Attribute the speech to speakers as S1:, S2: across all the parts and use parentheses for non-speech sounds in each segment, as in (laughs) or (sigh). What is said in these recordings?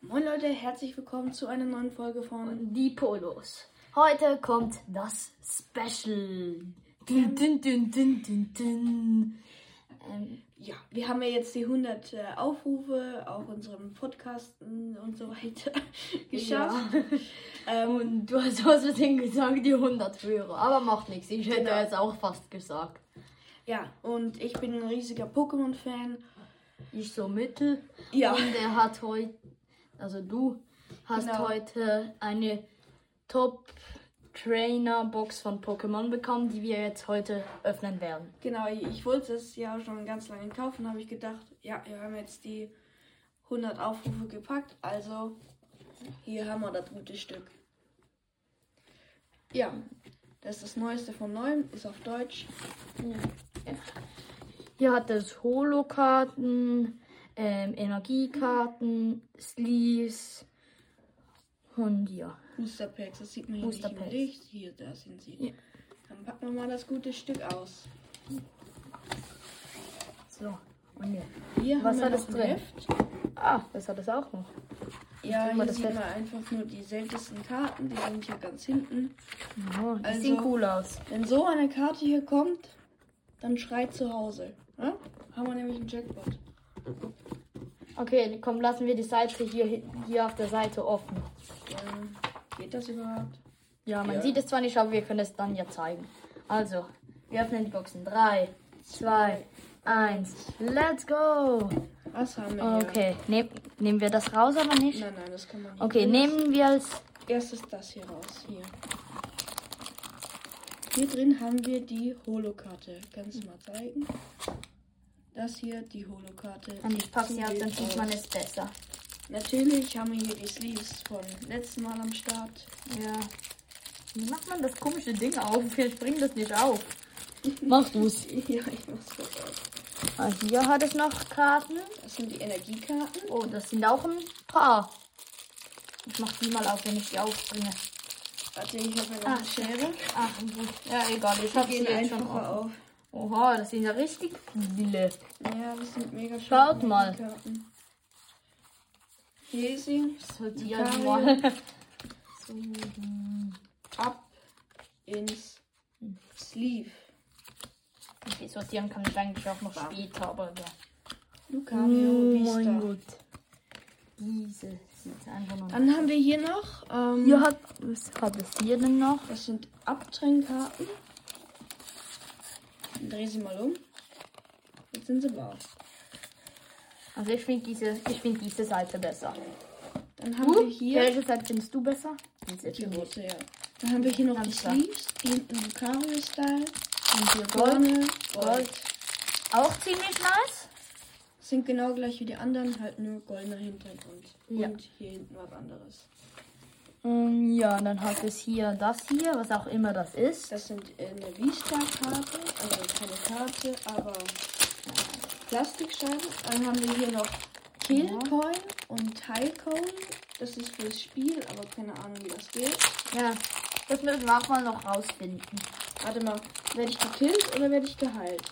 S1: Moin Leute, herzlich willkommen zu einer neuen Folge von
S2: Die Polos. Heute kommt das Special. Dün, dün, dün, dün, dün, dün. Ähm,
S1: Ja, wir haben ja jetzt die 100 äh, Aufrufe auf unserem Podcast und und so weiter (laughs) geschafft.
S2: (laughs)
S1: Ähm,
S2: und du hast aus Versehen gesagt, die 100 Hörer. Aber macht nichts. Ich hätte
S1: Genau.
S2: es auch fast gesagt.
S1: ja, und ich bin ein riesiger Pokémon-Fan.
S2: Ich so mittel.
S1: Ja.
S2: Und äh, er hat heute, also du hast
S1: Genau.
S2: heute eine Top Trainer Box von Pokémon bekommen, die wir jetzt heute öffnen werden.
S1: Genau, ich wollte es ja schon ganz lange kaufen, habe ich gedacht, ja, wir haben jetzt die 100 Aufrufe gepackt, also hier haben wir das gute Stück. Ja, das ist das Neueste von Neuem, ist auf Deutsch.
S2: Hier hat es Holo-Karten, ähm, Energiekarten, Sleeves und ja.
S1: Boosterpacks, das sieht man hier nicht im
S2: Boosterpacks.
S1: Licht. Hier, da sind sie.
S2: Ja.
S1: Dann packen wir mal das gute Stück aus.
S2: So, und ja.
S1: Hier
S2: Was
S1: haben wir
S2: hat es
S1: noch ein
S2: drin?
S1: Heft.
S2: Ah, das hat es auch noch.
S1: Ja,
S2: tu mal
S1: hier
S2: das
S1: sieht
S2: Heft.
S1: man einfach nur die seltensten Karten. Die sind hier ganz hinten.
S2: Ja, die
S1: Also-
S2: sehen cool aus.
S1: Wenn so eine Karte hier kommt, dann schreit zu Hause. Ja? Haben wir nämlich einen Jackpot.
S2: Okay, komm, lassen wir die Seite hier, hin- hier auf der Seite offen.
S1: Ähm, geht das überhaupt?
S2: Ja, man
S1: Ja.
S2: sieht es zwar nicht, aber wir können es dann ja zeigen. Also, wir öffnen die Boxen. 3, 2, 1, let's go!
S1: Was haben wir hier?
S2: Okay, nehm, nehmen wir das raus, aber nicht?
S1: Nein, nein, das kann man nicht.
S2: Okay, nehmen wir als
S1: Erstes das hier raus. Hier. Hier drin haben wir die Holo-Karte. Kannst du mal zeigen? Das hier, die Holo-Karte.
S2: Und ich packe sie ab, dann sieht man
S1: es.
S2: es besser.
S1: Natürlich haben wir hier die Sleeves von letzten Mal am
S2: (laughs)
S1: Start.
S2: Ja. Wie macht man das komische Ding auf? Wir springen das nicht auf. Machst du's.
S1: Ja, ich mach's kurz auf.
S2: Ah, hier hat es noch Karten.
S1: Das sind die Energiekarten.
S2: Oh, das sind auch ein paar. Ich mach die mal auf, wenn ich die aufbringe.
S1: Warte, ich habe ja noch
S2: Ah.
S1: eine Schere.
S2: Ach, gut. Ja, egal. Ich
S1: Die
S2: hab sie
S1: gehen
S2: jetzt schon
S1: einfacher
S2: auf.
S1: auf.
S2: Oha, das sind ja richtig viele.
S1: Ja, das sind mega schöne
S2: Schaut mal.
S1: Energiekarten. Hier ist sie.
S2: Ich soll die ja
S1: Lucario.
S2: mal. (laughs) So, hm.
S1: Ab ins Sleeve.
S2: Okay, sortieren kann ich eigentlich auch noch später, aber ja.
S1: Lucario, Vista.
S2: Oh Gott. Diese sind einfach nur.
S1: Dann haben wir hier noch, ähm,
S2: Ihr habt, was habt ihr hier denn noch?
S1: das sind Abtrennkarten. Dann Dreh sie mal um. Jetzt sind sie blau.
S2: Also ich finde diese, ich find diese Seite besser.
S1: Dann haben wir hier
S2: Welche Seite findest du besser? Diese
S1: die
S2: finde ich.
S1: rote, ja. Dann haben wir hier noch die
S2: Ganz klar.
S1: Sleeves, die hinten Lucario-Style.
S2: Und hier Gold.
S1: Vorne Gold.
S2: Auch ziemlich nice.
S1: Sind genau gleich wie die anderen, halt nur goldener Hintergrund.
S2: Ja.
S1: Und hier hinten was anderes.
S2: Ähm, ja, dann hat es hier das hier, was auch immer das ist.
S1: Das sind äh, eine Vista-Karte, also keine Karte, aber Plastikscheiben. Dann haben wir hier noch Killcoin und Tilecoin. Das ist fürs Spiel, aber keine Ahnung, wie das geht.
S2: Ja, das müssen wir auch mal noch rausfinden.
S1: Warte mal, werde ich gekillt oder werde ich geheilt?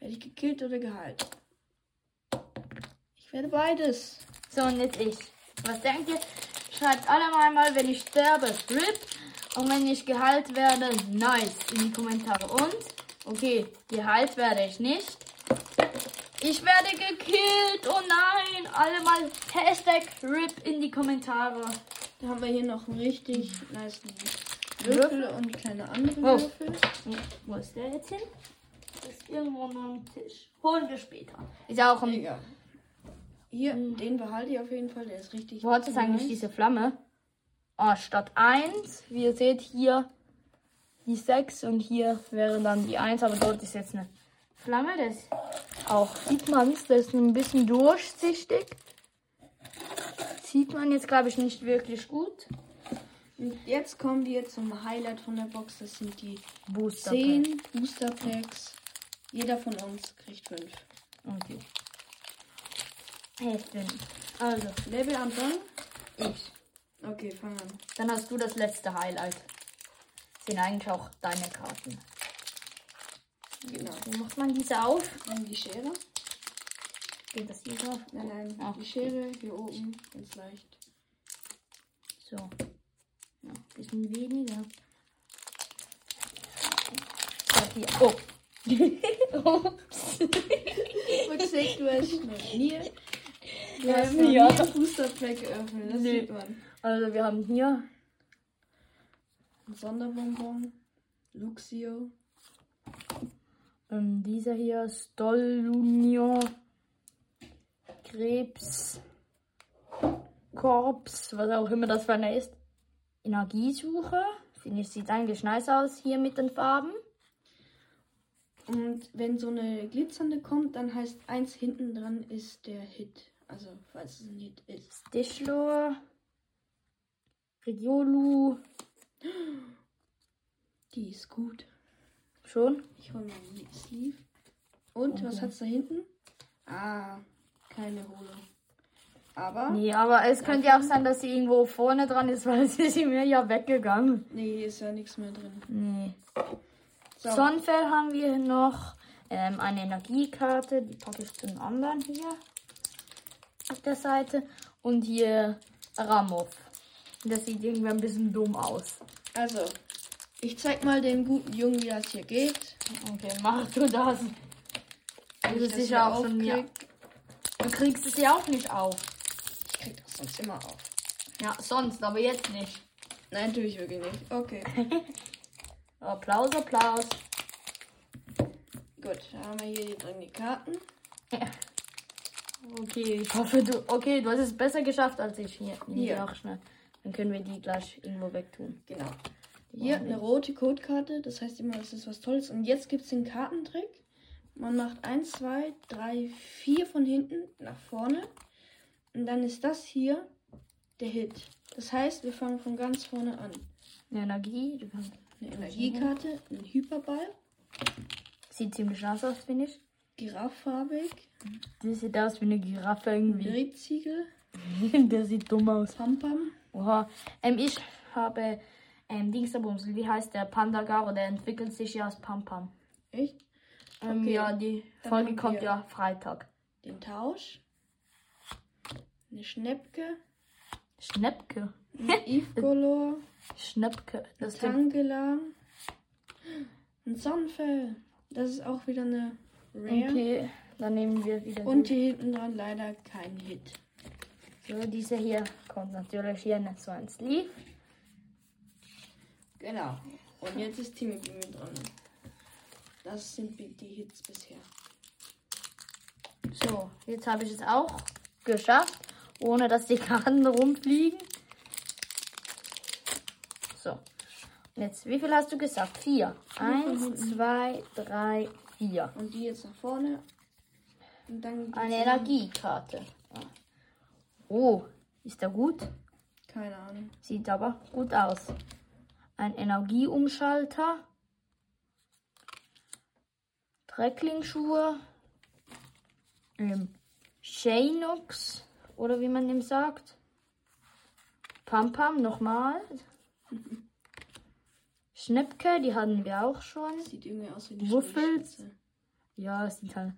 S1: Werde ich gekillt oder geheilt? Ich werde beides.
S2: So, und jetzt ich. Was denkt ihr? Schreibt alle mal, mal wenn ich sterbe, Strip. Und wenn ich geheilt werde, nice, in die Kommentare. Und, okay, geheilt werde ich nicht. Ich werde gekillt, oh nein. Alle mal Hashtag RIP in die Kommentare.
S1: Dann haben wir hier noch einen richtig nice Würfel und kleine andere
S2: Oh.
S1: Würfel.
S2: Hm, Wo ist der jetzt hin? Ist irgendwo noch am Tisch. Holen wir später. Ist ja auch ein...
S1: Mega. Hier, den behalte ich auf jeden Fall, der ist richtig.
S2: Wo hat es
S1: Mhm.
S2: eigentlich diese Flamme? Ah, statt 1, wie ihr seht, hier die 6 und hier wäre dann die 1, aber dort ist jetzt eine Flamme. Das auch sieht man es, das ist ein bisschen durchsichtig. Sieht man jetzt, glaube ich, nicht wirklich gut.
S1: Und jetzt kommen wir zum Highlight von der Box. Das sind die
S2: Booster.
S1: 10 Booster Packs. Jeder von uns kriegt 5.
S2: Okay. Heftig. Also,
S1: Level Anfang?
S2: ich.
S1: Okay, fang an.
S2: Dann hast du das letzte Highlight. Sind eigentlich auch deine Karten.
S1: Genau.
S2: Wie macht man diese auf?
S1: Dann die Schere.
S2: Geht das hier drauf?
S1: Nein, nein,
S2: Ah.
S1: die Schere hier oben, ganz leicht.
S2: So. Ja, bisschen weniger. So, hier. Oh. (laughs) Ups.
S1: Verkriegt du (laughs) es schnell. Hier. Du hast
S2: Ähm,
S1: noch
S2: ja.
S1: nie einen Boosterpack geöffnet, das
S2: Nee.
S1: sieht man.
S2: Also wir haben hier
S1: Ein Sonderbonbon, Luxio,
S2: ähm, dieser hier, Stolunion, Krebs, Korps, was auch immer das für einer ist. Energiesuche. Finde ich, sieht eigentlich nice aus hier mit den Farben.
S1: Und wenn so eine glitzernde kommt, dann heißt eins hinten dran ist der Hit. Also, falls es ein Hit ist.
S2: Stichlor, Regiolu,
S1: Die ist gut.
S2: schon.
S1: Ich hole mal einen Sleeve. Und was
S2: Okay.
S1: hat's da hinten? Ah, keine Holo. Aber. Nee,
S2: Nee, aber es könnte ja auch sein, dass sie irgendwo vorne dran ist, (laughs) weil sie ist mir ja weggegangen.
S1: hier ist ja nichts mehr drin.
S2: Nee.
S1: So,
S2: Sonnenfell haben wir noch. Ähm, eine Energiekarte, die packe ich zum anderen hier auf der Seite. Und hier Ramov. Das sieht irgendwie ein bisschen dumm aus.
S1: also, ich zeig mal dem guten Jungen, wie das hier geht.
S2: Okay, mach du das.
S1: Wenn
S2: Das
S1: ich
S2: ist
S1: das
S2: sicher
S1: hier
S2: auch schon
S1: aufkrieg.
S2: mir. Du kriegst es ja auch nicht auf.
S1: Ich krieg das sonst immer auf.
S2: Ja, sonst, aber jetzt nicht.
S1: Nein, tue ich wirklich nicht.
S2: (laughs)
S1: Okay.
S2: Applaus, Applaus.
S1: Gut, dann haben wir hier drin die Karten.
S2: Okay, ich hoffe du. Okay, du hast es besser geschafft als ich hier. Nimm die
S1: Ja.
S2: auch schnell. Dann können wir die gleich irgendwo wegtun.
S1: Genau. Hier eine rote Codekarte, das heißt immer, das ist was Tolles. Und jetzt gibt es den Kartentrick. Man macht 1, 2, 3, 4 von hinten nach vorne. Und dann ist das hier der Hit. Das heißt, wir fangen von ganz vorne an.
S2: Eine Energie. du kannst-
S1: Eine Energiekarte, ein Hyperball,
S2: Sieht ziemlich nass aus, finde ich.
S1: giraffarbig,
S2: Das sieht aus wie eine Giraffe irgendwie.
S1: Drehziegel,
S2: (laughs) Der sieht dumm aus.
S1: Pampam.
S2: Oha. Ähm, ich habe ähm, Dingsabums. Wie heißt der? Pandagaro. Der entwickelt sich ja aus Pampam.
S1: Echt?
S2: Ähm,
S1: Okay,
S2: Ja, die
S1: dann
S2: Folge
S1: haben
S2: kommt
S1: wir-
S2: ja Freitag.
S1: Den Tausch. Eine Schnäppke,
S2: Schnäppke.
S1: ein Ivgolor,
S2: Schnäppke. Das klingt-
S1: Tangela. Ein Sonnenfell. Das ist auch wieder eine Rare.
S2: Okay, dann nehmen wir wieder
S1: Und hier hinten dran leider kein Hit.
S2: So, diese hier kommt natürlich hier nicht so ins Lied.
S1: Genau. Und jetzt ist Timmy Bimmy dran. Das sind bi- die Hits bisher.
S2: So, jetzt habe ich es auch geschafft, ohne dass die (laughs) Karten rumfliegen. So. Und jetzt, wie viel hast du gesagt? Vier. Eins, zwei, drei, vier.
S1: Und die jetzt nach vorne. Und dann geht's
S2: Eine
S1: nach-
S2: Energiekarte. Oh, ist der gut?
S1: Keine Ahnung.
S2: Sieht aber gut aus. Ein Energieumschalter. Drecklingsschuhe. Ähm, Shanox, oder wie man dem sagt. Pam Pam, nochmal. (laughs) Schnäppke, die hatten wir auch schon.
S1: Sieht irgendwie aus wie eine
S2: Wuffels.
S1: Schneespitze.
S2: Ja, es sind halt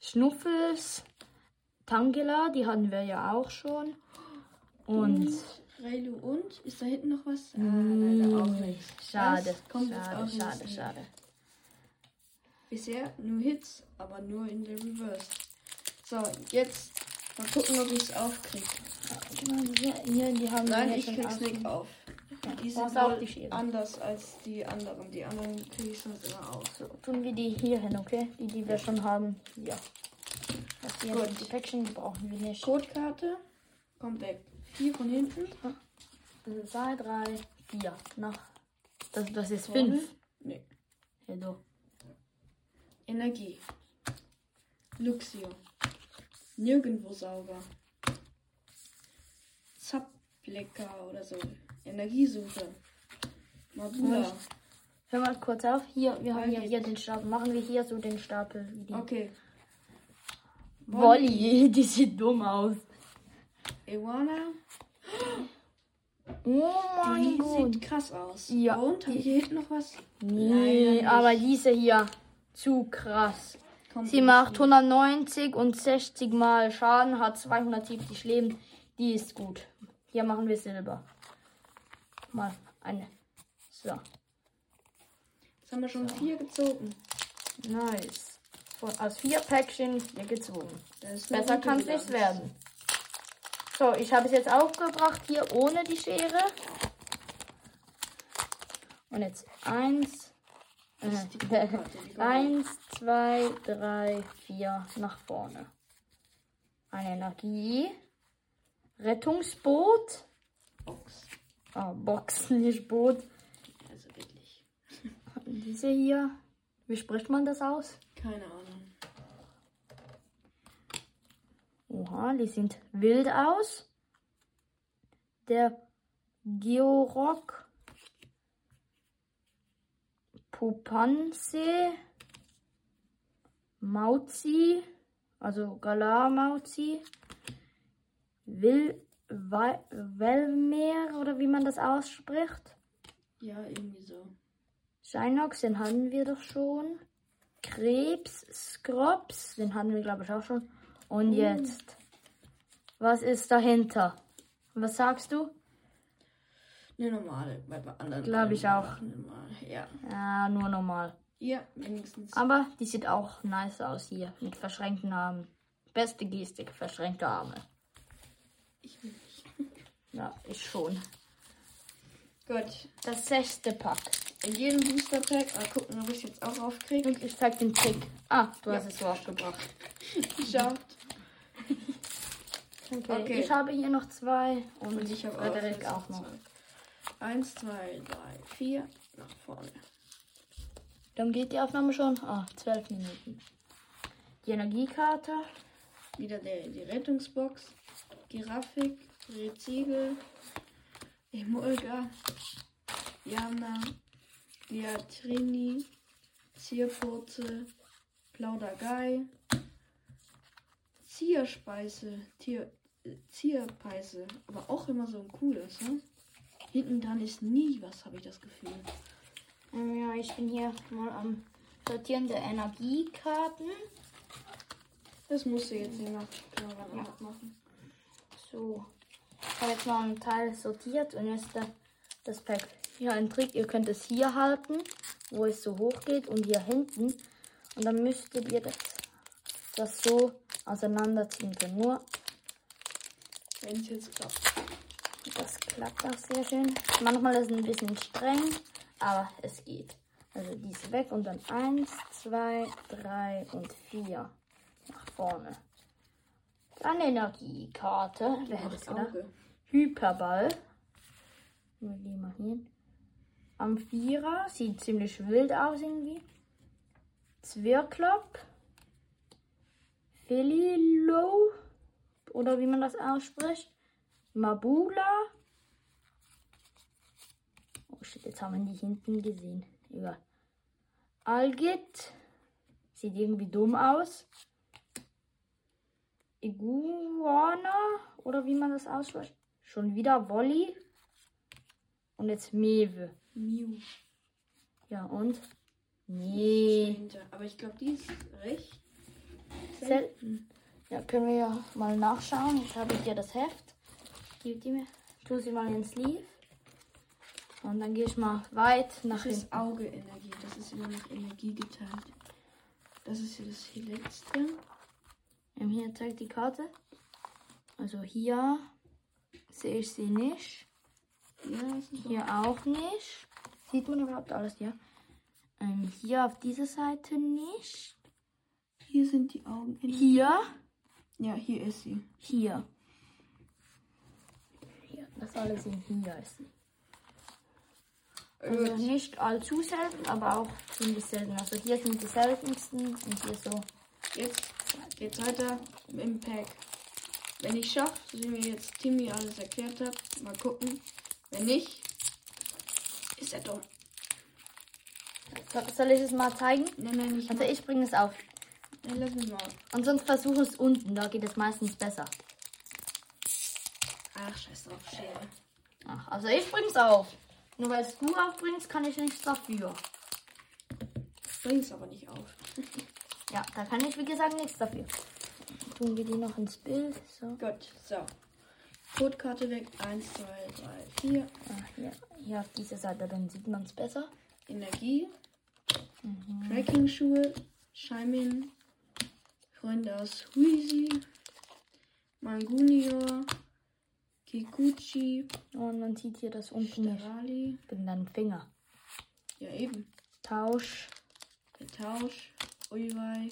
S2: Schnuffels. Tangela, die hatten wir ja auch schon. Und.
S1: Reilu und? Ist da hinten noch was? Ah, leider
S2: Mmh,
S1: auch nichts.
S2: Schade,
S1: Das kommt jetzt auch
S2: schade,
S1: nicht
S2: schade,
S1: mehr.
S2: schade.
S1: Bisher nur Hits, aber nur in der Reverse. So, jetzt mal gucken, ob ich es aufkriege.
S2: Guck mal, Hier, hier, die haben
S1: Nein,
S2: wir
S1: ich
S2: schon
S1: krieg's
S2: außen.
S1: nicht auf. Die
S2: brauchst
S1: sind
S2: auch
S1: wohl
S2: die Schere.
S1: anders als die anderen. Die anderen kriege ich sonst immer auf.
S2: So, tun wir die hier hin, okay? Die, die wir schon haben. Ja. Das hier
S1: Gut.
S2: sind die Päckchen, die brauchen wir nicht.
S1: Codekarte kommt weg. Vier von hinten.
S2: Also zwei, drei, vier. Nach. Das, das ist
S1: Vorne.
S2: fünf.
S1: Nee.
S2: Ja, du.
S1: Energie. Luxio. Nirgendwo sauber. Zaplecker oder so. Energiesuche. Mabula.
S2: Hör mal kurz auf. Hier, wir haben
S1: Ja,
S2: ja hier
S1: geht's.
S2: den Stapel. Machen wir hier so den Stapel. wie die-
S1: Okay.
S2: Wolli, (laughs) die sieht dumm aus.
S1: Iwana.
S2: Oh mein
S1: Die
S2: Gott.
S1: sieht krass aus.
S2: Ja.
S1: Und? Hab ich hier hinten noch was?
S2: Nee,
S1: Leider nicht.
S2: aber diese hier. Zu krass.
S1: Kommt
S2: Sie
S1: nicht
S2: macht
S1: viel.
S2: 190 und 60 mal Schaden, hat 270 Leben. Die ist gut. Hier machen wir Silber. Mal eine. So,
S1: Jetzt haben wir schon vier gezogen.
S2: nice. Von, aus vier Päckchen hier gezogen.
S1: Das ist eine
S2: Besser
S1: gute
S2: kann es nicht
S1: Bilanz.
S2: werden. So, ich habe es jetzt aufgebracht hier ohne die Schere. Und jetzt eins.
S1: Das
S2: (laughs)
S1: ist die
S2: Äh,
S1: Karte, die Karte.
S2: eins, zwei, drei, vier nach vorne. Eine Energie. Rettungsboot.
S1: Box.
S2: Ah, Boxen, nicht Boot.
S1: Also wirklich.
S2: Diese hier. Wie spricht man das aus?
S1: Keine Ahnung.
S2: Oha, die sind wild aus. Der Georock. Pupansee. Mauzi. Also Galar-Mauzi. Will. Wei- Wellmeer oder wie man das ausspricht.
S1: Ja, irgendwie so.
S2: Shinox, den hatten wir doch schon. Krebs, Scrops, den hatten wir glaube ich auch schon.
S1: Oh.
S2: Und jetzt. Was ist dahinter? Was sagst du?
S1: Eine normale. Bei bei anderen.
S2: Glaub ich
S1: allen
S2: auch.
S1: machen immer. Ja.
S2: Ja, nur normal.
S1: Ja, wenigstens.
S2: Aber die sieht auch nice aus hier. Mit verschränkten Armen. Beste Gestik, verschränkte Arme.
S1: Ich will nicht.
S2: Ja, ich schon.
S1: Gut.
S2: Das sechste Pack.
S1: In jedem Booster Pack. Mal gucken, ob ich es jetzt auch aufkriege.
S2: Und ich zeig den Trick. Ah, du
S1: Ja.
S2: hast es so aufgebracht.
S1: Geschafft.
S2: Okay.
S1: Okay.
S2: Ich habe hier noch zwei. Und,
S1: Und ich habe auch.
S2: Frederik auch noch.
S1: Eins, zwei, drei, vier. Nach vorne.
S2: Dann geht die Aufnahme schon. Ah, 12 Minuten. Die Energiekarte.
S1: Wieder der, die Rettungsbox. Giraffik. Reziegel. Emolga. Jana. Liatrini. Zierfurze. Plaudergei. Zierspeise. Tier, äh, Zierpeise. Aber auch immer so ein cooles, ne? Hinten dran ist nie was, habe ich das Gefühl.
S2: Ähm, Ja, ich bin hier mal am Sortieren der Energiekarten.
S1: Das musst du jetzt nicht noch genau machen.
S2: So. Ich habe jetzt mal einen Teil sortiert und jetzt da- das Pack. Ja, ein Trick, ihr könnt es hier halten, wo es so hoch geht und hier hinten. Und dann müsstet ihr das, das so auseinanderziehen können. Nur
S1: Wenn es jetzt klappt.
S2: Das klappt auch sehr schön. Manchmal ist es ein bisschen streng, aber es geht. Also die ist weg und dann 1, 2, 3 und 4 nach vorne. Dann Energiekarte. Wer hätte es
S1: Ach,
S2: gedacht?
S1: Auge.
S2: Hyperball. Nur die mal hier. Amphira. Sieht ziemlich wild aus irgendwie. Zwirklop. Felilo. Oder wie man das ausspricht. Mabula. Oh shit, jetzt haben wir die hinten gesehen. Egal. Algit. Sieht irgendwie dumm aus. Iguana oder wie man das ausspricht. Schon wieder Wolli. Und jetzt Mewe.
S1: Mew.
S2: Ja, und? Nee.
S1: dahinter. Aber ich glaube, die ist recht.
S2: Selten. Ja, können wir ja mal nachschauen. Jetzt habe ich hier das Heft. Gib die mir. Tu sie mal ins Sleeve. Und dann gehe ich mal weit nach
S1: Das ist
S2: hinten.
S1: Auge-Energie. Das ist immer nach Energie geteilt. Das ist hier das hier letzte.
S2: Ähm, Hier zeigt die Karte. Also hier sehe ich sie nicht.
S1: Ja, das ist
S2: Hier auch nicht. Sieht man überhaupt alles, ja? Ähm, hier auf dieser Seite nicht.
S1: Hier sind die Augen.
S2: Hier.
S1: Ja, hier ist sie.
S2: Hier. Hier. Das alles in hier ist. sie. Also
S1: Gut.
S2: nicht allzu selten, aber auch ziemlich selten. Also hier sind die seltensten und hier so.
S1: Jetzt geht's weiter im Pack. Wenn ich schaffe, so wie mir jetzt Timmy alles erklärt hat, mal gucken. Wenn nicht, ist er dumm.
S2: So, soll ich es mal zeigen?
S1: Nein, nein, nicht.
S2: Also ich bringe es auf.
S1: Nein, lass mich mal.
S2: Und sonst versuche es unten, da geht es meistens besser.
S1: Ach, scheiß drauf, Schere.
S2: Ach, also ich bringe es auf. Nur weil es du aufbringst, kann ich nichts dafür.
S1: Bring's aber nicht auf.
S2: Ja, da kann ich wie gesagt nichts dafür. Tun wir die noch ins Bild. So.
S1: Gut, so. Codekarte weg. 1, 2, 3, 4.
S2: Ah, hier, hier auf dieser Seite, dann sieht man es besser.
S1: Energie.
S2: Mhm.
S1: Tracking-Schuhe. Scheimin. Freunde aus Huisi. Mangunior. Kikuchi.
S2: Und man sieht hier das unten nicht.
S1: Sterali.
S2: Bin dein Finger.
S1: Ja, eben.
S2: Tausch.
S1: Der Tausch. Uiwei.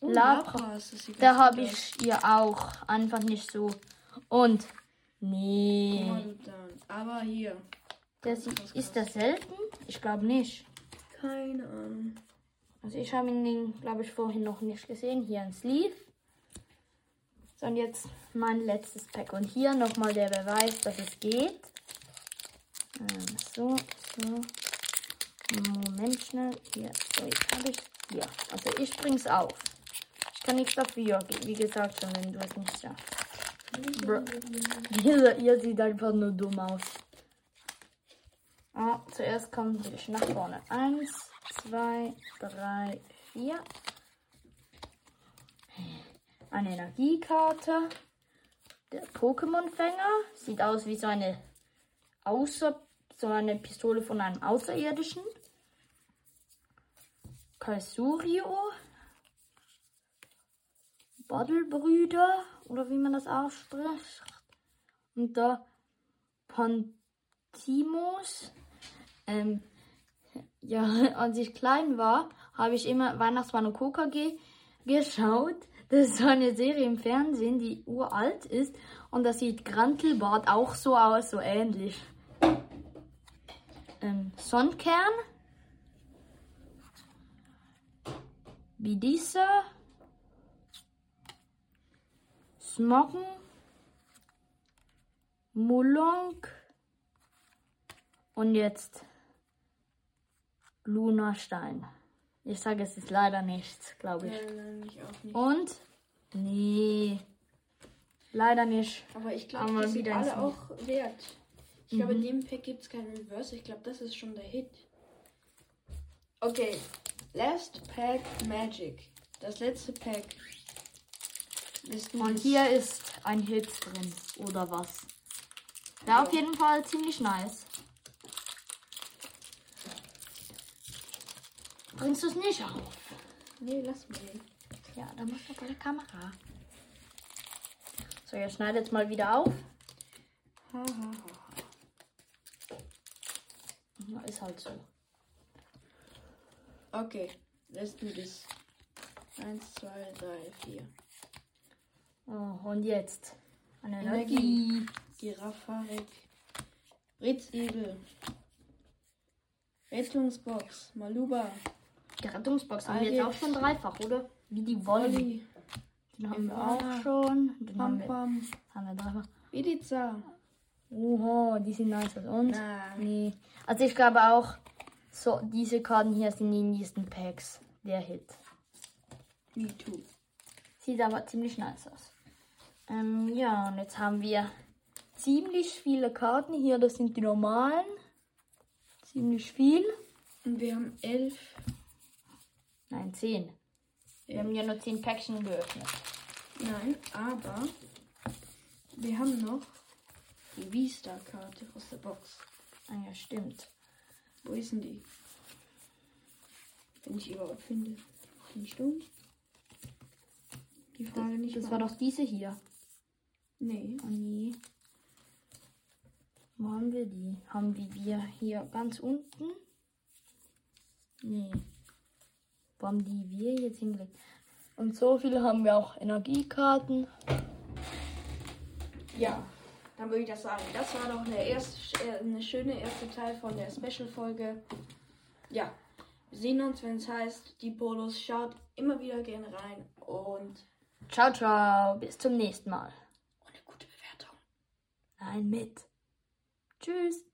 S2: Lapras.
S1: das sieht
S2: Da
S1: ganz
S2: habe
S1: gut
S2: ich
S1: aus.
S2: ihr auch. Einfach nicht so. Und.
S1: Guck
S2: Nee.
S1: mal, du dann. Aber hier.
S2: Das ist, ist das selten? Ich glaube nicht.
S1: Keine Ahnung.
S2: Also ich habe ihn, glaube ich, vorhin noch nicht gesehen. Hier ein Sleeve. So, und jetzt mein letztes Pack. Und hier nochmal der Beweis, dass es geht. Ähm, so, so. Moment schnell. Hier, so, jetzt habe ich. Ja, also ich bring's auf. Ich kann nichts dafür, wie gesagt, schon, wenn du es nicht schaffst. Bro. (laughs) Ihr, ihr sieht einfach nur dumm aus. Ah, zuerst kommen wir nach vorne. Eins, zwei, drei, vier. Eine Energiekarte. Der Pokémon-Fänger. Sieht aus wie so eine, Außer so eine Pistole von einem Außerirdischen. Kalsurio. Bottlebrüder. Oder wie man das ausspricht. Und da Pant Timos. Ähm, ja, (laughs) als ich klein war, habe ich immer Weihnachtsmann und Coca G geschaut. Das ist so eine Serie im Fernsehen, die uralt ist. Und das sieht Grantelbart auch so aus, so ähnlich. Ähm, Sonnenkern. Wie dieser. Smocken. Mulonk. Und jetzt Luna Stein. Ich sage, es ist leider nichts, glaube ich.
S1: Nein, nein, ich auch nicht.
S2: Und? Nee. Leider nicht.
S1: Aber ich
S2: Aber
S1: glaube, die sind
S2: wieder ins
S1: alle auch wert. Ich glaube, in dem Pack gibt es keinen Reverse. Ich glaube, das ist schon der Hit. Okay. Last Pack Magic. Das letzte Pack. Ist
S2: Und
S1: dieses-
S2: hier ist ein Hit drin. Oder was? Ja, auf jeden Fall ziemlich nice. Bringst du es nicht auf?
S1: Nee, lass mal. den.
S2: Ja, dann machst du bei der Kamera. So, jetzt schneidet es mal wieder auf.
S1: Ha, ha, ha.
S2: Ja, ist halt so.
S1: ha. Okay. Let's do this. Eins, zwei, drei, vier.
S2: Oh, und jetzt. Eine
S1: Energie.
S2: Energie.
S1: Giraffarek. Ritzigel. Rätselungsbox. Maluba.
S2: Die Rettungsbox haben wir
S1: Alle
S2: jetzt auch schon dreifach, oder? Wie die Wolli.
S1: Olli.
S2: Den haben wir
S1: Ivana.
S2: auch schon. Den
S1: Pam
S2: haben wir,
S1: Pam.
S2: haben wir dreifach.
S1: Ibiza.
S2: Oha, die sind nicer. Und?
S1: Na.
S2: Nee. Also ich glaube auch, so diese Karten hier sind die nächsten Packs. Der Hit.
S1: Me too.
S2: Sieht aber ziemlich nice aus. Ähm, ja, und jetzt haben wir ziemlich viele Karten hier. Das sind die normalen. Ziemlich viel.
S1: Und wir haben elf.
S2: Nein, zehn. Wir haben ja nur zehn Päckchen geöffnet.
S1: Nein, aber wir haben noch die V-Star-Karte aus der Box.
S2: Ah ja, stimmt.
S1: Wo ist denn die? Wenn ich überhaupt finde. Bin ich dumm? Die Frage nicht.
S2: Das war doch diese hier.
S1: Nee.
S2: Oh nee. Wo haben wir die? Haben wir die hier ganz unten? Nee. Wo haben die wir jetzt hingelegt? Und so viele haben wir auch Energiekarten.
S1: Ja. Dann würde ich das sagen. Das war doch eine, erste, äh, eine schöne erste Teil von der Special-Folge. Ja. Wir sehen uns, wenn es heißt, die Polos. Schaut immer wieder gerne rein und
S2: Ciao, ciao. Bis zum nächsten Mal.
S1: eine gute Bewertung.
S2: Nein, mit. Tschüss.